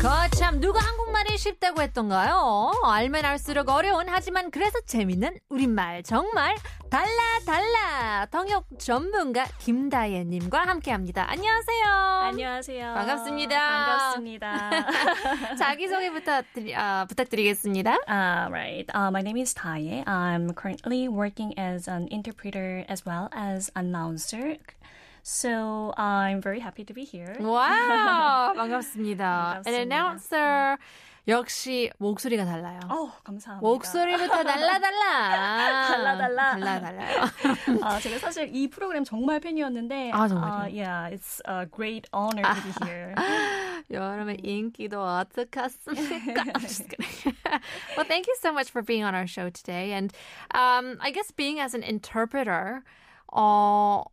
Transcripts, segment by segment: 거참 누가 한국말이 쉽다고 했던가요? 알면 알수록 어려운 하지만 그래서 재밌는 우리말 정말 달라 달라 통역 전문가 김다혜님과 함께합니다. 안녕하세요. 안녕하세요. 반갑습니다. 반갑습니다. 자기소개 부탁드리, 아, 부탁드리겠습니다. uh, right. Uh, my name is Taye. I'm currently working as an interpreter as well as announcer. So I'm very happy to be here. 뭐? 와우 반갑습니다. 반갑습니다. And announcer 역시 목소리가 달라요. Oh, 감사합니다. 목소리부터 달라 어, 그러니까. 달라 달라, 달라 달라. 달라요. 아, 제가 사실 이 프로그램 정말 팬이었는데 아, 정말요? 아. 아, yeah, it's a great honor to be here. 여러분 인기도 어떡하십니까? I'm just kidding. well, thank you so much for being on our show today. And um, I guess being as an interpreter, 어,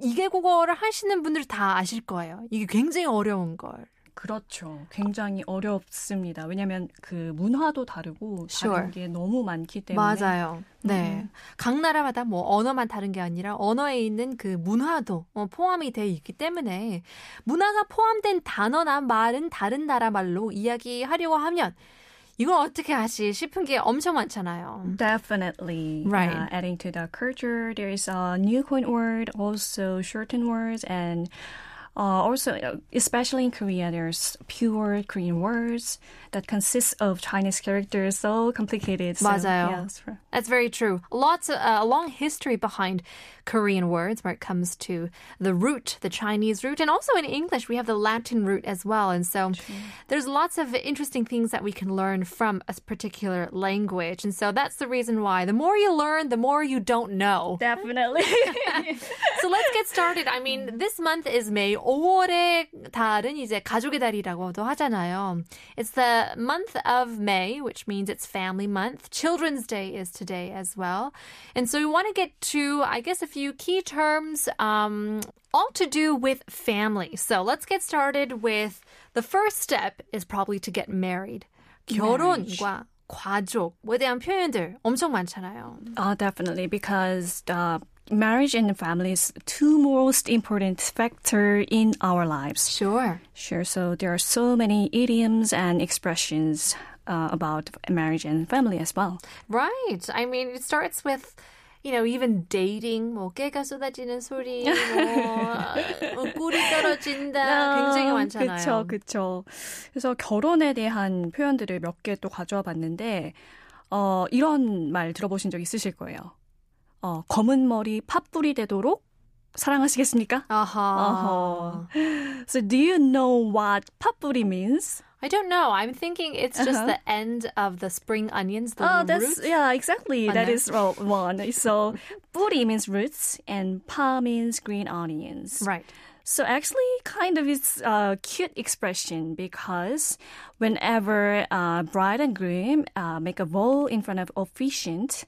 이게 국어를 하시는 분들 다 아실 거예요. 이게 굉장히 어려운 걸. 그렇죠. 굉장히 어렵습니다. 왜냐면 그 문화도 다르고 Sure. 다른 게 너무 많기 때문에 맞아요. 네. 각 나라마다 뭐 언어만 다른 게 아니라 언어에 있는 그 문화도 어, 포함이 돼 있기 때문에 문화가 포함된 단어나 말은 다른 나라 말로 이야기하려고 하면 이걸 어떻게 하지 싶은 게 엄청 많잖아요. Definitely. Right. Uh, adding to the culture, there is a new coin word, also shortened words, and uh, also, uh, especially in Korea, there's pure Korean words that consists of Chinese characters. So complicated. So, 맞아요. yeah, it's for- That's very true. Lots of uh, a long history behind Korean words when it comes to the root, the Chinese root, and also in English we have the Latin root as well. And so there's lots of interesting things that we can learn from a particular language. And so that's the reason why the more you learn, the more you don't know. Definitely. so let's get started. I mean, this month is May. 5월의 달은 이제 가족의 달이라고도 하잖아요. It's the month of May, which means it's family month. Children's Day is today as well. And so we want to get to, I guess, a few key terms, um, all to do with family. So let's get started with the first step is probably to get married. 결혼과 가족에 대한 표현들 엄청 많잖아요. uh, definitely, because the marriage and the family is two most important factor in our lives. Sure. Sure. So there are so many idioms and expressions uh, about marriage and family as well. Right. I mean, it starts with, you know, even dating. 뭐 깨가 쏟아지는 소리, 뭐 어, 꿀이 떨어진다. 굉장히 많잖아요. 그쵸, 그쵸. 그래서 결혼에 대한 표현들을 몇 개 또 가져와 봤는데, 어, 이런 말 들어보신 적 있으실 거예요. 어, 검은 머리 팥불이 되도록 사랑하시겠습니까? 아하. 어허. So do you know what 팥불이 means? I don't know. I'm thinking it's just Uh-huh. the end of the spring onions, the Oh, roots. that's yeah, exactly. That 맞나요? is ro- one. So, 뿌리 means roots, and 파 means green onions. Right. So actually, kind of it's a cute expression because whenever uh, bride and groom uh, make a vow in front of officiant,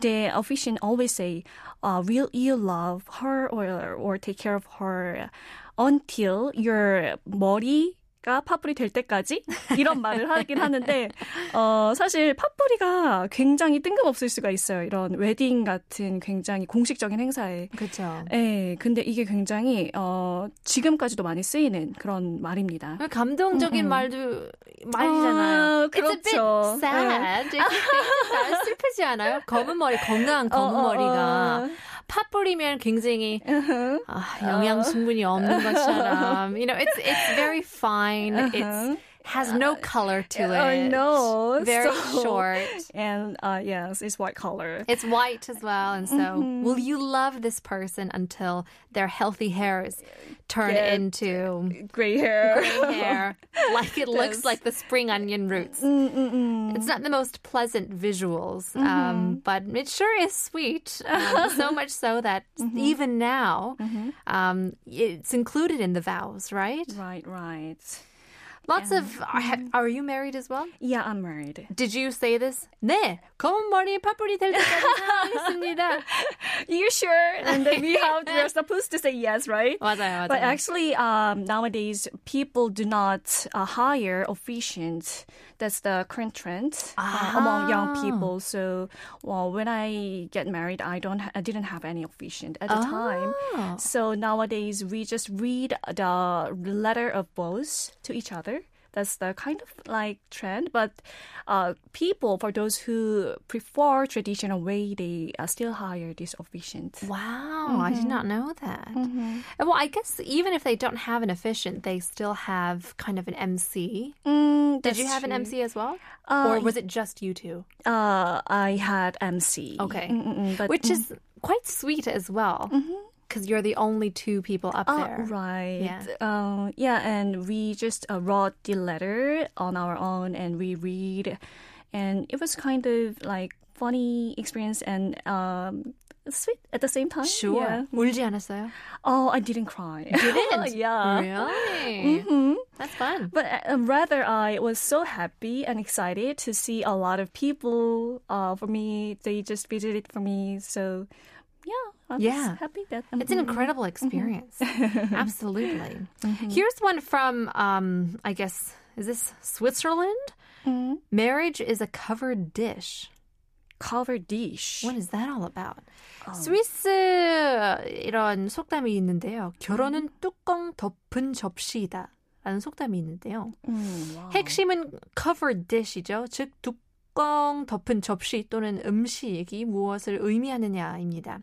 the officiant always say, uh, "Will you love her or or take care of her until your 머리?" 가 파뿌리 될 때까지 이런 말을 하긴 하는데 어 사실 파뿌리가 굉장히 뜬금없을 수가 있어요. 이런 웨딩 같은 굉장히 공식적인 행사에 그렇죠. 예, 근데 이게 굉장히 어, 지금까지도 많이 쓰이는 그런 말입니다. 아, 감동적인 말도 말이잖아요. 아, It's a bit 그렇죠. sad. If you think about it, 슬프지 않아요? 검은 머리, 건강한 검은 어, 어, 머리가 어. 팥뿌리면 굉장히 아, 영양 성분이 어. 없는 것처럼. You know, it's it's very fine. It's has no color to it. I know. Very So- short. And uh, yes, it's white color. It's white as well, and so Mm-hmm. will you love this person until their healthy hairs turn Get- into Gray hair. 예. gray hair, like it looks Yes. like the spring onion roots. 음, 음, 음. It's not the most pleasant visuals, um, but it sure is sweet. Um, so much so that even Mm, now, um, it's included in the vows, right? Right, right. Lots of. Are, are you married as well? Yeah, I'm married. Did you say this? 네, 검은 머리 파뿌리 될 때까지 사랑하겠습니다. You sure? And then we have we're supposed to say yes, right? 맞아요, But 맞아요. actually, um, nowadays people do not uh, hire officiants. That's the current trend uh, among Ah. young people. So, well, when I get married, I don't, ha- I didn't have any officiant at the Ah. time. So nowadays we just read the letter of vows to each other. That's the kind of like trend, but uh, people for those who prefer traditional way, they uh, still hire these officiants. Wow, I did not know that. And Well, I guess even if they don't have an efficient, they still have kind of an MC. Mm, Did you that's have an true. MC as well? or was it just you two? Uh, I had MC. Okay. Mm-mm, but Which is quite sweet as well, because you're the only two people up Uh, there. right. Yeah. Uh, yeah, and we just uh, wrote the letter on our own and we read. And it was kind of like funny experience and um, sweet at the same time. Sure. Yeah. 울지 않았어요? Oh, I didn't cry. Didn't? Mm. yeah. Really? That's fun. But uh, rather, I was so happy and excited to see a lot of people uh, for me. They just visited for me. So, yeah, I was Yeah. happy that. It's an incredible experience. Mm-hmm. Absolutely. Here's one from, um, I guess, is this Switzerland? Mm-hmm. Marriage is a covered dish. covered dish. What is that all about? 스위스 이런 속담이 있는데요. 결혼은 뚜껑 덮은 접시이다. 라는 속담이 있는데요. Mm, wow. 핵심은 covered dish이죠. 즉 뚜껑 덮은 접시 또는 음식이 무엇을 의미하느냐입니다.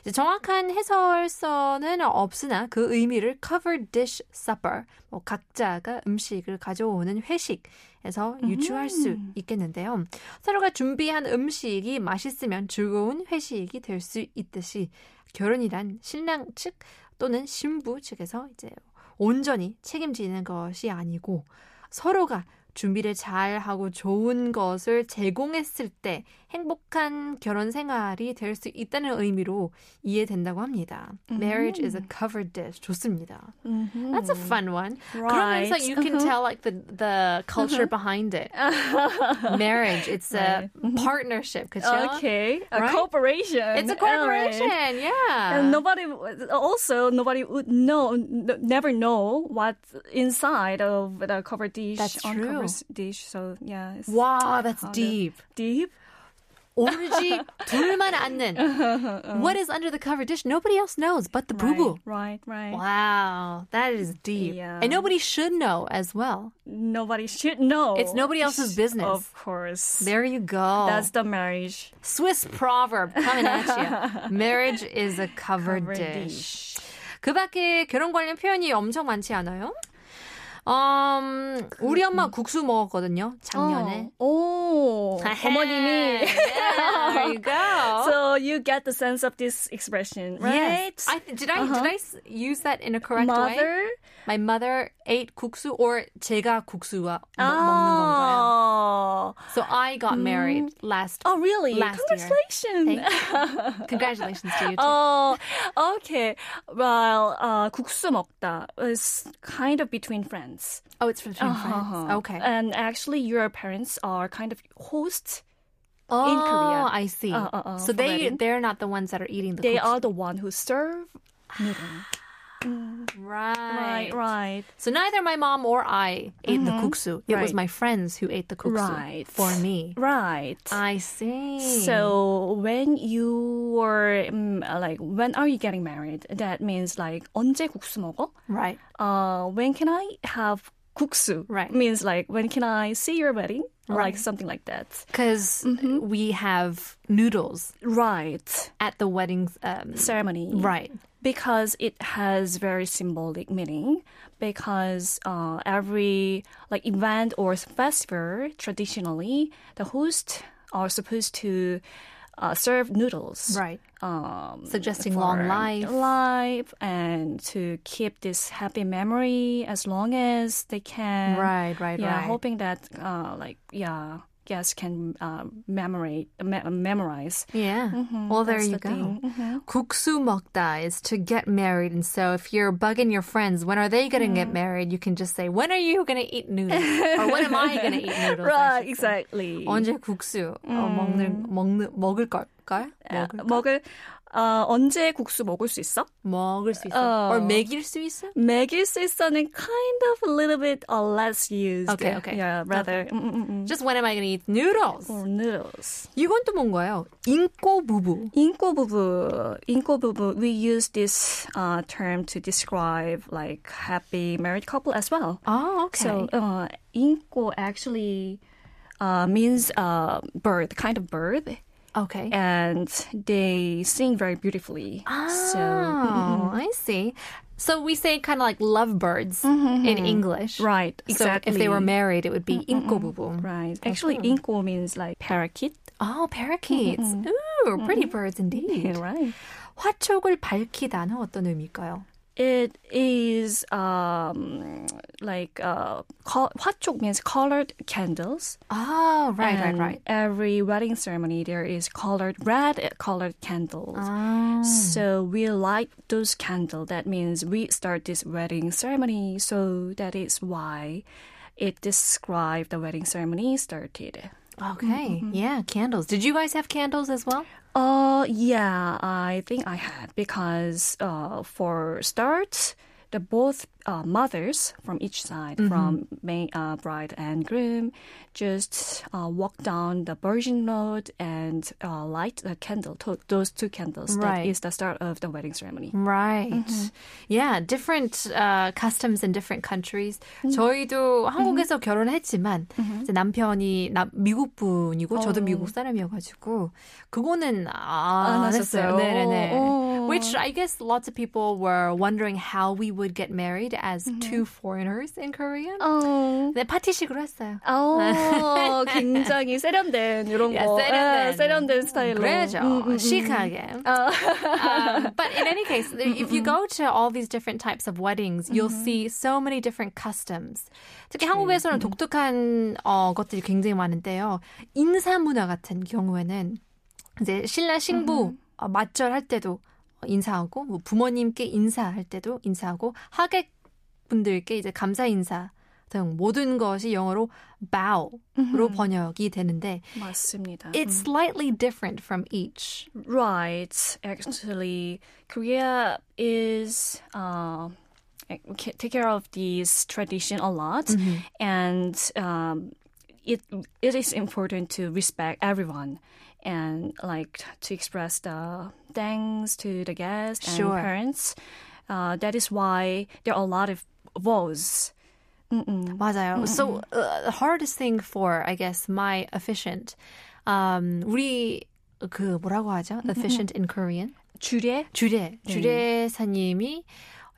이제 정확한 해설서는 없으나 그 의미를 covered dish supper, 뭐 각자가 음식을 가져오는 회식에서 유추할 수 있겠는데요. 서로가 준비한 음식이 맛있으면 즐거운 회식이 될 수 있듯이 결혼이란 신랑 측 또는 신부 측에서 이제 온전히 책임지는 것이 아니고 서로가 준비를 잘 하고 좋은 것을 제공했을 때 행복한 결혼 생활이 될 수 있다는 의미로 이해된다고 합니다. Marriage is a covered dish. 좋습니다. Mhm. That's a fun one. Right. 그러면서 you can tell like the the culture behind it. Marriage, it's a partnership. 그렇죠? Mm-hmm. Okay, a Right? corporation. It's a All right. corporation. Yeah. And nobody, also nobody would know, n- never know what's inside of the covered dish, That's uncovered true. dish. So yeah, it's wow, that's kind of deep. Deep. 오로지 둘만 아는. Uh-huh. What is under the cover dish? Nobody else knows but the Right, boo boo. Right, right. Wow, that is deep. Yeah. And nobody should know as well. Nobody should know. It's nobody else's Sh- business. Of course. There you go. That's the marriage. Swiss proverb coming at you. Marriage is a covered, Covered dish. 그 밖에 결혼 관련 표현이 엄청 많지 않아요? 음, 우리 엄마 국수 먹었거든요, 작년에. Oh. 어머님이. Yeah, there you go. So you get the sense of this expression, right? Yes. I, th- did I did I s- use that in a correct way? Uh-huh. Mother. My mother ate 국수, or 제가 국수와 먹- 먹는 건가요? Oh. So I got married last. Oh, really? Last year. Congratulations. Congratulations to you. Too. Oh, okay. Well, uh, 국수 먹다 is kind of between friends. oh, it's from between friends. Uh-huh. Okay. And actually, your parents are kind of hosts. oh, Korea. I see. Uh, uh, uh, Uh-huh. so they for wedding. they're not the ones that are eating the. They 국수. are the one who serve. noodle. right. Right, right. So neither my mom or I ate the kuksu. It was Right. my friends who ate the kuksu Right. for me. Right. I see. So when you were um, like, when are you getting married? That means like 언제 국수 먹어? right. Uh, when can I have 국수? Right. Means like when can I see your wedding? Like something like that. Because we have noodles Right. at the wedding um, Ceremony. Right. Because it has very symbolic meaning. Because uh, every like event or festival, traditionally, the host are supposed to uh, serve noodles. Right. Um, Suggesting long for life. life, and to keep this happy memory as long as they can. Right, right, yeah, right. hoping that uh, like yeah, guests can uh, memorate, me- memorize. Yeah. well, there Mm-hmm, that's you the go. thing. Mm-hmm. Kuksu mokda is to get married. And so if you're bugging your friends, when are they going to Mm-hmm. get married? You can just say, when are you going to eat noodles? or when am I going to eat noodles? I Right, should say. exactly. 언제 국수 어, 먹는, 먹는, 먹을 걸까요? 아, 먹을, 먹을 어, 언제 국수 먹을 수 있어? 먹을 수 있어. 어. Or 먹일 수 있어? 먹일 수 있어는 kind of a little bit uh, less used. Okay, okay. Yeah, rather mm, 음, 음, 음, 음. Just when am I going to eat noodles? or noodles. 이건 또 뭔가요? 인꼬 부부. 인꼬 부부, 인꼬 부부. We use this uh, term to describe like happy married couple as well. 아, okay. So uh, 인꼬 actually uh, means uh, birth, kind of birth, okay. and they sing very beautifully. So Oh, I see. So we say kind of like lovebirds in English. right, So exactly. if they were married, it would be inkobubu. Right. Actually, inko means like parakeet. Oh, parakeets. Ooh, pretty birds indeed. right. 화촉을 밝히다는 어떤 의미일까요? It is um, like uh, col- 화촉 means colored candles. Oh, right, right, And right. Every wedding ceremony, there is colored red colored candles. Ah, So we light those candles. That means we start this wedding ceremony. So that is why it described the wedding ceremony started. okay. Yeah, candles. Did you guys have candles as well? Uh, yeah, I think I had because uh, for start, the both uh, mothers from each side, Mm-hmm. from main, uh, bride and groom, just uh, walk down the Virgin Road and uh, light the candle, to- those two candles. Right. That is the start of the wedding ceremony. Right. Yeah, different uh, customs in different countries. 저희도 한국에서 결혼했지만 이제 남편이 나, 미국 분이고 저도 미국 사람이어가지고 그거는 안 하셨어요? 했어요. 네네네. 어, 어. Which I guess lots of people were wondering how we would get married as two foreigners in Korea. Oh. 네, 파티식으로 했어요. 어, 굉장히 세련된 이런 야, 거. 세련된. 예, 세련된 스타일로. 그래야죠. 음, 음, 음. 시크하게. 어. um, but in any case, there- if you go to all these different types of weddings, you'll see so many different customs. 특히 한국에서는 독특한 어, 것들이 굉장히 많은데요. 인사 문화 같은 경우에는 이제 신랑 신부 어, 맞절할 때도 인사하고 뭐 부모님께 인사할 때도 인사하고 하객분들께 이제 감사 인사 등 모든 것이 영어로 bow로 번역이 되는데 맞습니다. it's slightly different from each. Right. Actually, Korea is uh, ca- take care of these tradition a lot, Mm-hmm. and um, it it is important to respect everyone and like to express the thanks to the guests and Sure. parents. Uh, that is why there are a lot of vows. Mm-hmm. 맞아요. So uh, the hardest thing for I guess my efficient um 우리 그 뭐라고 하죠? Mm-hmm. efficient in Korean. 주례. 주례. 네. 주례사님이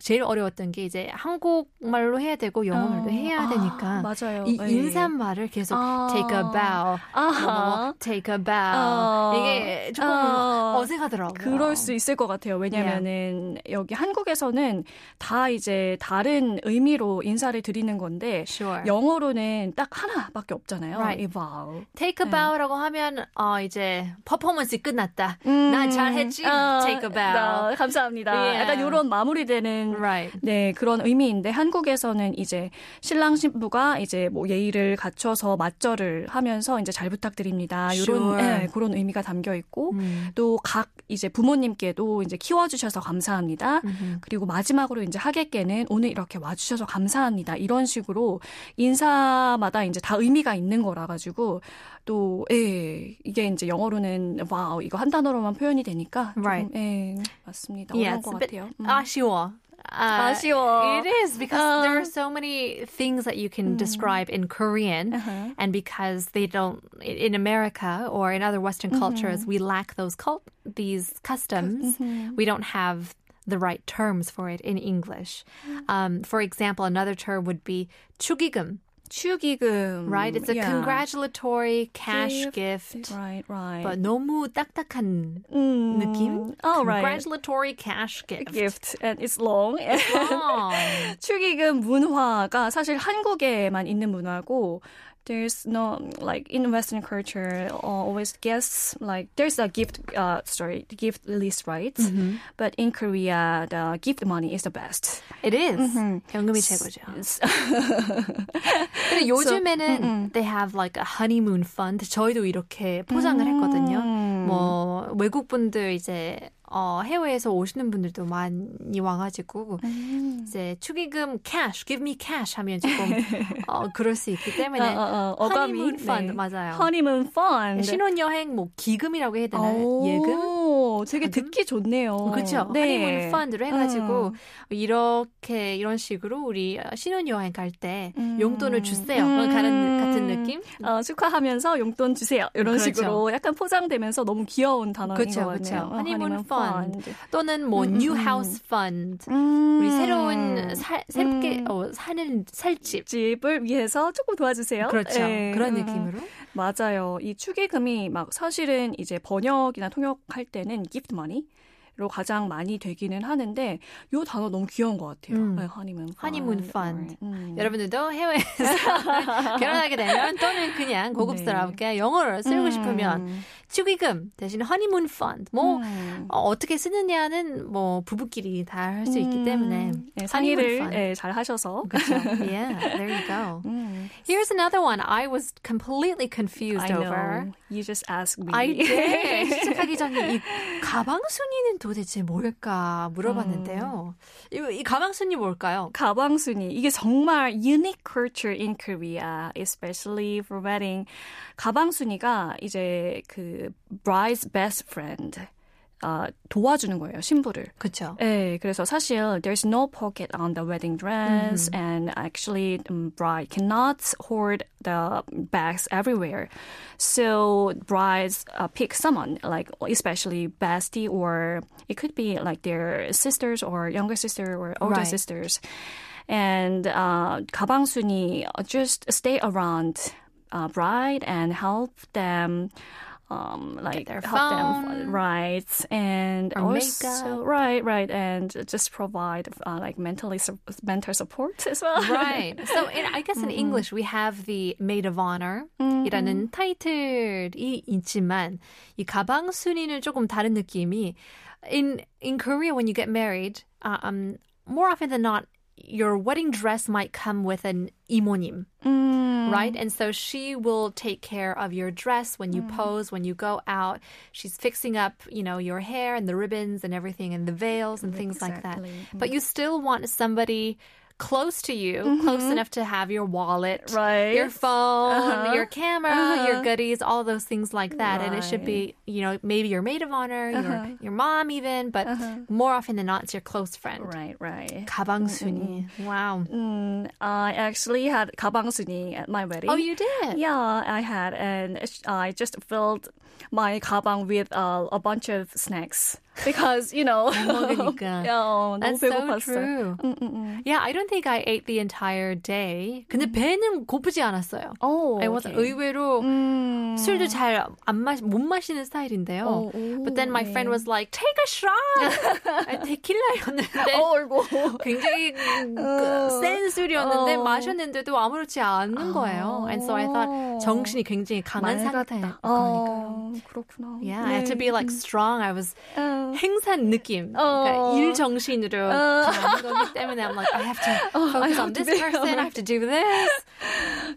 제일 어려웠던 게 이제 한국말로 해야 되고 영어말로 해야 아, 되니까 맞아요. Uh, 이 네. 인사말을 계속 아. take a bow, 뭐, 뭐, 아하. take a bow 어. 이게 조금 어. 어색하더라고요. 그럴 수 있을 것 같아요. 왜냐면은 네. 여기 한국에서는 다 이제 다른 의미로 인사를 드리는 건데 Sure. 영어로는 딱 하나밖에 없잖아요. Right. 이 vow. Take a bow라고 하면 어 이제 퍼포먼스 끝났다. 음. 나 잘했지. 아, Take a bow. 아, 감사합니다. Yeah. 약간 이런 마무리되는 Right. 네 그런 의미인데 한국에서는 이제 신랑 신부가 이제 뭐 예의를 갖춰서 맞절을 하면서 이제 잘 부탁드립니다. 이런 Sure. 음. 예, 그런 의미가 담겨 있고 또 각 이제 부모님께도 이제 키워주셔서 감사합니다. 그리고 마지막으로 이제 하객께는 오늘 이렇게 와주셔서 감사합니다. 이런 식으로 인사마다 이제 다 의미가 있는 거라 가지고 또 예, 이게 이제 영어로는 와우 이거 한 단어로만 표현이 되니까 조금, Right. 예, 맞습니다. Yeah, 어려운 it's 것 a bit 같아요. 음. 아쉬워. Ah, Ah, Uh, 아쉬워. It is because there Um, are so many things that you can mm-hmm. describe in Korean, Uh-huh. and because they don't in America or in other Western cultures, we Mm-hmm. lack those cult these customs. We don't have the right terms for it in English. Um, for example, another term would be 축의금, 축의금. right? It's a Mm, Yeah. congratulatory cash gift, Right, right. but 너무 딱딱한 음, 느낌. all right. congratulatory cash gift. gift and it's long. Oh. 축의금 문화가 사실 한국에만 있는 문화고 there's no like in Western culture uh, always guests like there's a gift uh sorry gift list right Mm-hmm. but in Korea the gift money is the best It is. Mm-hmm. 연금이 최고죠. 근데 요즘에는 they have like a honeymoon fund. 저희도 이렇게 포장을 했거든요. 음. 뭐 외국 분들 이제 어, 해외에서 오시는 분들도 많이 와가지고 이제 축의금 cash, give me cash 하면 조금 어, 그럴 수 있기 때문에 어, 어, 어, 어감이, honeymoon fund 네. 맞아요. honeymoon fund 신혼여행 뭐 기금이라고 해야 되나요? 오, 예금? 되게 듣기 어, 좋네요 음. 그렇죠. 허니문 펀드로 해가지고 이렇게 이런 식으로 우리 신혼여행 갈 때 용돈을 주세요. 어, 음. 가는 같은 느낌? 어, 축하하면서 용돈 주세요 이런 그렇죠. 식으로 약간 포장되면서 너무 귀여운 단어인 그렇죠, 것 그렇죠. 같네요 어, honeymoon fund. fund. 또는 뭐 음, new 음, 음. house fund. 음. 우리 새로운 살, 새롭게 음. 어, 사는 살집. 집을 위해서 조금 도와주세요. 그렇죠. 예. 그런 음. 느낌으로. 맞아요. 이 축의금이 막 사실은 이제 번역이나 통역할 때는 gift money. 로 가장 많이 되기는 하는데 요 단어 너무 귀여운 것 같아요. 음. 네, honeymoon fund. honeymoon fund. or, 음. 여러분들도 해외에서 결혼하게 되면 또는 그냥 고급스럽게 영어를 쓰고 네. 음. 싶으면 축의금 대신 허니문 펀드 뭐 음. 어, 어떻게 쓰느냐는 뭐 부부끼리 다 할 수 있기 음. 때문에 네, honeymoon 상의를 fund. 네, 잘 하셔서 그렇죠. Yeah, there you go. 음. Here's another one I was completely confused I over. know. You just asked me. I did. 시작하기 전에 이 가방 순이는 도대체 뭘까 물어봤는데요. 이, 이 가방 순이 뭘까요? 가방순이 이게 정말 unique culture in Korea, especially for wedding. 가방순이가 이제 그 bride's best friend 아, 도와주는 거예요 신부를. 그렇죠. 네, 그래서 사실 there's no pocket on the wedding dress, and actually um, bride cannot hoard the bags everywhere. So brides uh, pick someone like especially bestie, or it could be like their sisters or younger sister or older Right. sisters, and uh, 가방순이 just stay around. Uh, bride and help them, um, like their help phone. them right and or also makeup. right right and just provide uh, like mentally su- mental support as well Right. So in, I guess in English we have the maid of honor 이라는 타이틀이 있지만 이 가방 순위는 조금 다른 느낌이 in in Korea when you get married uh, um more often than not your wedding dress might come with an 이모님 right? And so she will take care of your dress when you pose, when you go out. She's fixing up, you know, your hair and the ribbons and everything and the veils and things like that. Exactly. Mm-hmm. But you still want somebody close to you, close enough to have your wallet, Mm-hmm. Right. Uh-huh. your phone, your camera, your goodies, all those things like that. And it should be, you know, maybe your maid of honor, Uh-huh. your, your mom even, but more often than not, it's your close friend. right right 가방순이. Wow. Mm, i actually had 가방순이 at my wedding Oh, you did? yeah i had and it's- i just filled my kabang with uh, a bunch of snacks because you know 먹으니까. yeah, 너무 That's so 배고팠어요. true. Yeah, I don't think I ate the entire day. 근데 배는 고프지 않았어요. oh I was okay. 의외로 Mm. 술도 잘 안 마시 못 마시는 스타일인데요. 어, 오, But then my 네. friend was like, take a shot. 아, 데킬라였는데 어, 아이고. 굉장히 그, 센 술이었는데 어. 마셨는데도 아무렇지 않은 거예요. And so I thought 정신이 굉장히 강한 상태. 맑았다. 그러니까요. 어, 그렇구나. Yeah, I had to be like strong. I was 어. 행산 느낌. 그러니까 어. 일 정신으로 가는 거기 때문에 I'm like I have to focus on 어, to 네, 어, this do person. I have to do this.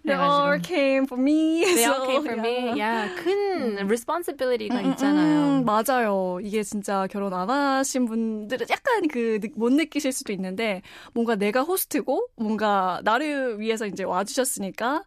They all came for me. They all so, came for me. yeah. Mm. Yeah, 큰 responsibility가 음, 있잖아요. 맞아요. 이게 진짜 결혼 안 하신 분들은 약간 그 못 느끼실 수도 있는데 뭔가 내가 호스트고 뭔가 나를 위해서 이제 와주셨으니까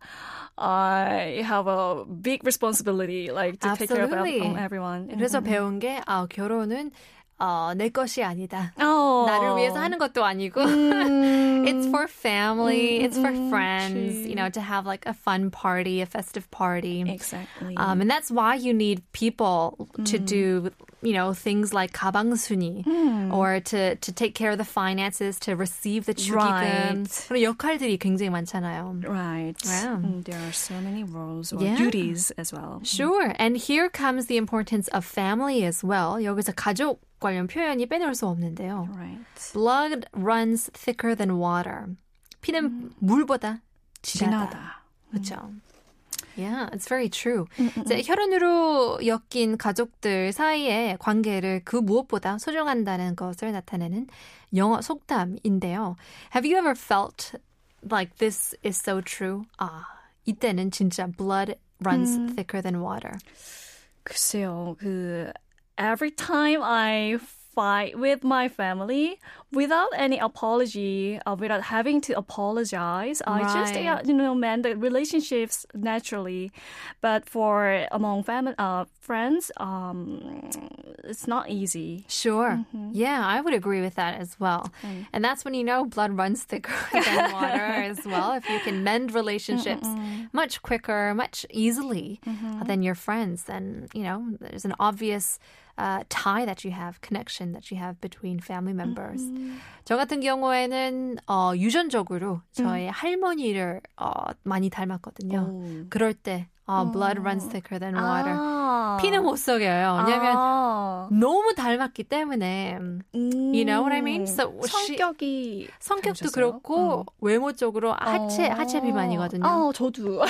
I have a big responsibility like to take care Absolutely. of um, everyone. 그래서 배운 게 아, 결혼은 어, 내 것이 아니다. 어. 나를 위해서 하는 것도 아니고. 음. It's for family. It's for 음, friends. 그치. You know, to have like a fun party, a festive party. exactly. Um, and that's why you need people to Mm. do, you know, things like 가방순이 Mm. or to, to take care of the finances, to receive the 축의금. Right. 그런 역할들이 굉장히 많잖아요. Right. Wow. Mm, there are so many roles or Yeah. duties as well. Sure. And here comes the importance of family as well. 여기서 가족 관련 표현이 빼놓을 수 없는데요. Right. Blood runs thicker than water. 피는 물보다 진하다. 진하다. 그렇죠. Yeah, it's very true. 이제 혈연으로 엮인 가족들 사이의 관계를 그 무엇보다 소중한다는 것을 나타내는 영어 속담인데요. Have you ever felt like this is so true? 아, 이때는 진짜 blood runs thicker than water. 글쎄요, 그 every time I fight with my family without any apology, uh, without having to apologize, I just Right. uh, you know mend the relationships naturally. But for among family uh, friends, um, it's not easy. Sure. Yeah, I would agree with that as well. And that's when you know blood runs thicker than water as well. If you can mend relationships much quicker, much easily than your friends, then, you know, there's an obvious uh, tie that you have, connection that you have between family members. 저 같은 경우에는 어, 유전적으로 저의 할머니를 어, 많이 닮았거든요. 그럴 때 어, blood runs thicker than water. 아. 피는 못 속여요. 왜냐면 아. 너무 닮았기 때문에 You know what I mean? 음, So she- Mm. 성격이 성격도 닮으셨어요? 음. 그렇고 외모적으로 하체 어. 하체 비만이거든요. 아, 저도.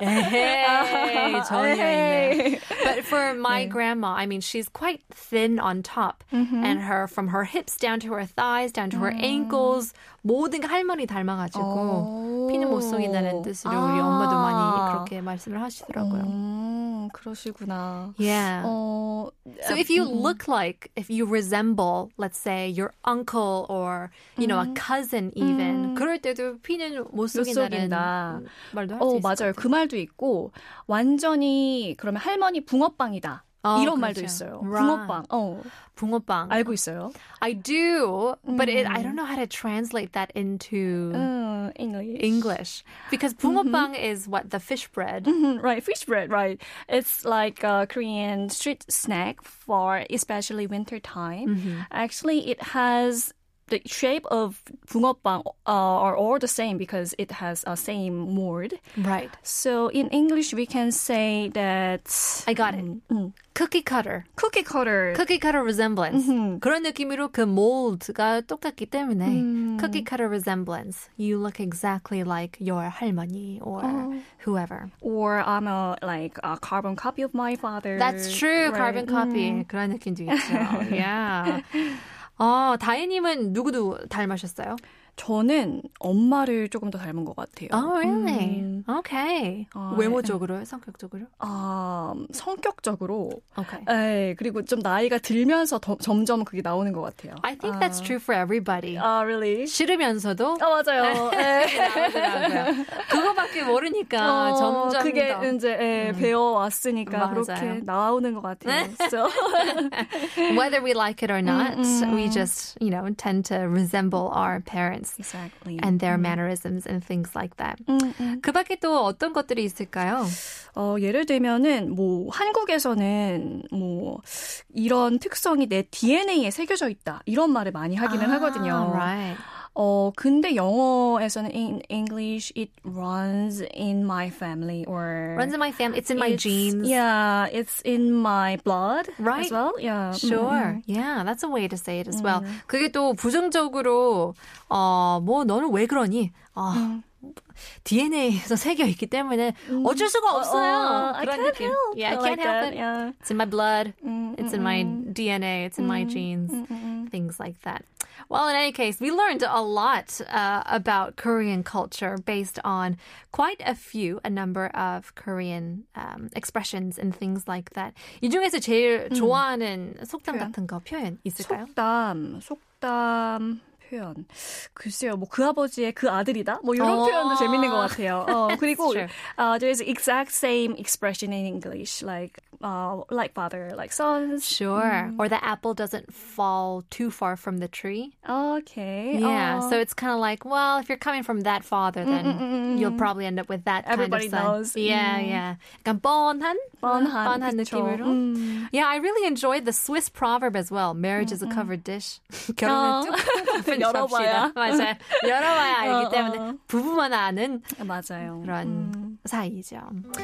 에헤이, 전혀 있네요. 에이. But for 네. my grandma, I mean, she's quite thin on top, and her from her hips down to her thighs, down to her 음. ankles, 모든 게 할머니 닮아가지고 오. 피는 못 속인다는 뜻으로 우리 어. 아. 엄마도 많이 그렇게 말씀을 하시더라고요. 음, 그러시구나. Yeah. 어, So if you look like, if you resemble, let's say your uncle or you know a Mm-hmm. cousin even, 그럴 때도 피는 못 속인다는 속인다. 말도 할수 어, 있을 맞아요. 그 말도 있고, 완전히, 그러면 할머니 붕어빵이다. 어, 이런 말도 그렇죠. 있어요. Right. 붕어빵. 어, 붕어빵. I, 알고 있어요. do, but it, I don't know how to translate that into 음, English. English because 붕어빵 is what the fish bread. Mhm, Right, fish bread, right. It's like a Korean street snack for especially winter time. Mm-hmm. Actually, it has the shape of 붕어빵 uh, are all the same because it has a same word. Right. So in English, we can say that I got it. Cookie cutter. cookie cutter. Cookie cutter resemblance. Mm-hmm. 그런 느낌으로 그 mold가 똑같기 때문에 Mm. cookie cutter resemblance. You look exactly like your 할머니 or Oh. whoever. or I'm a like a carbon copy of my father. That's true. Carbon right? copy. Mm. 그런 느낌도 있죠. yeah. 어, 다혜님은 누구도 닮으셨어요? 저는 엄마를 조금 더 닮은 것 같아요. Oh, really? 음. Okay. 어, 외모적으로, 성격적으로? 아, 성격적으로 Okay. 에 그리고 좀 나이가 들면서 더- 점점 그게 나오는 것 같아요. I think that's 어. true for everybody. 아, really? 싫으면서도 아, 맞아요. 에. 나오더라고요. 그거밖에 모르니까 어, 점점 그게 더. 음. 이제 에, 배워왔으니까 맞아요. 네. 그렇게 나오는 것 같아요. So, Whether we like it or not, we just, you know, tend to resemble our parents exactly. and their mannerisms and things like that. Mm-hmm. 음, 그 밖에 또 어떤 것들이 있을까요? 어, 예를 들면은 뭐 한국에서는 뭐 이런 특성이 내 DNA에 새겨져 있다 이런 말을 많이 하기는 하거든요. 아, Ah, Right. 어, 근데 영어에서는 in English it runs in my family or Runs in my family. It's in my It's- genes. Yeah, it's in my blood Right. as well. Yeah. Sure. Yeah, that's a way to say it as well. 그게 또 부정적으로 어, 뭐 너는 왜 그러니? 어, DNA에서 새겨 있기 때문에 어쩔 음. 수가 없어요. I 그런 can't 느낌. help. Yeah, I like can't help that. it. Yeah. It's in my blood. It's in my DNA. It's in my genes. Things like that. Well, in any case, we learned a lot uh, about Korean culture based on quite a few, a number of Korean um, expressions and things like that. 이 중에서 제일 좋아하는 속담 같은 거 표현 있을까요? 속담, 속담 표현. 글쎄요, 뭐 그 아버지의 그 아들이다. 뭐 이런 어. 표현도 재밌는 것 같아요. 어, 그리고 true. uh, there's exact same expression in English, like uh, like father, like sons. Sure. Or the apple doesn't fall too far from the tree. Okay. Yeah. 어, So it's kind of like, well, if you're coming from that father, then you'll probably end up with that Everybody kind of son. knows. Yeah, yeah. 약간 뻔한? 뻔한, 그쵸. 느낌으로. Yeah, I really enjoyed the Swiss proverb as well. Marriage is a covered dish. 결혼은 뚝 열어봐야. 맞아요. 열어봐야 알기 어, 때문에 부부만 아는 맞아요. 그런 사이죠.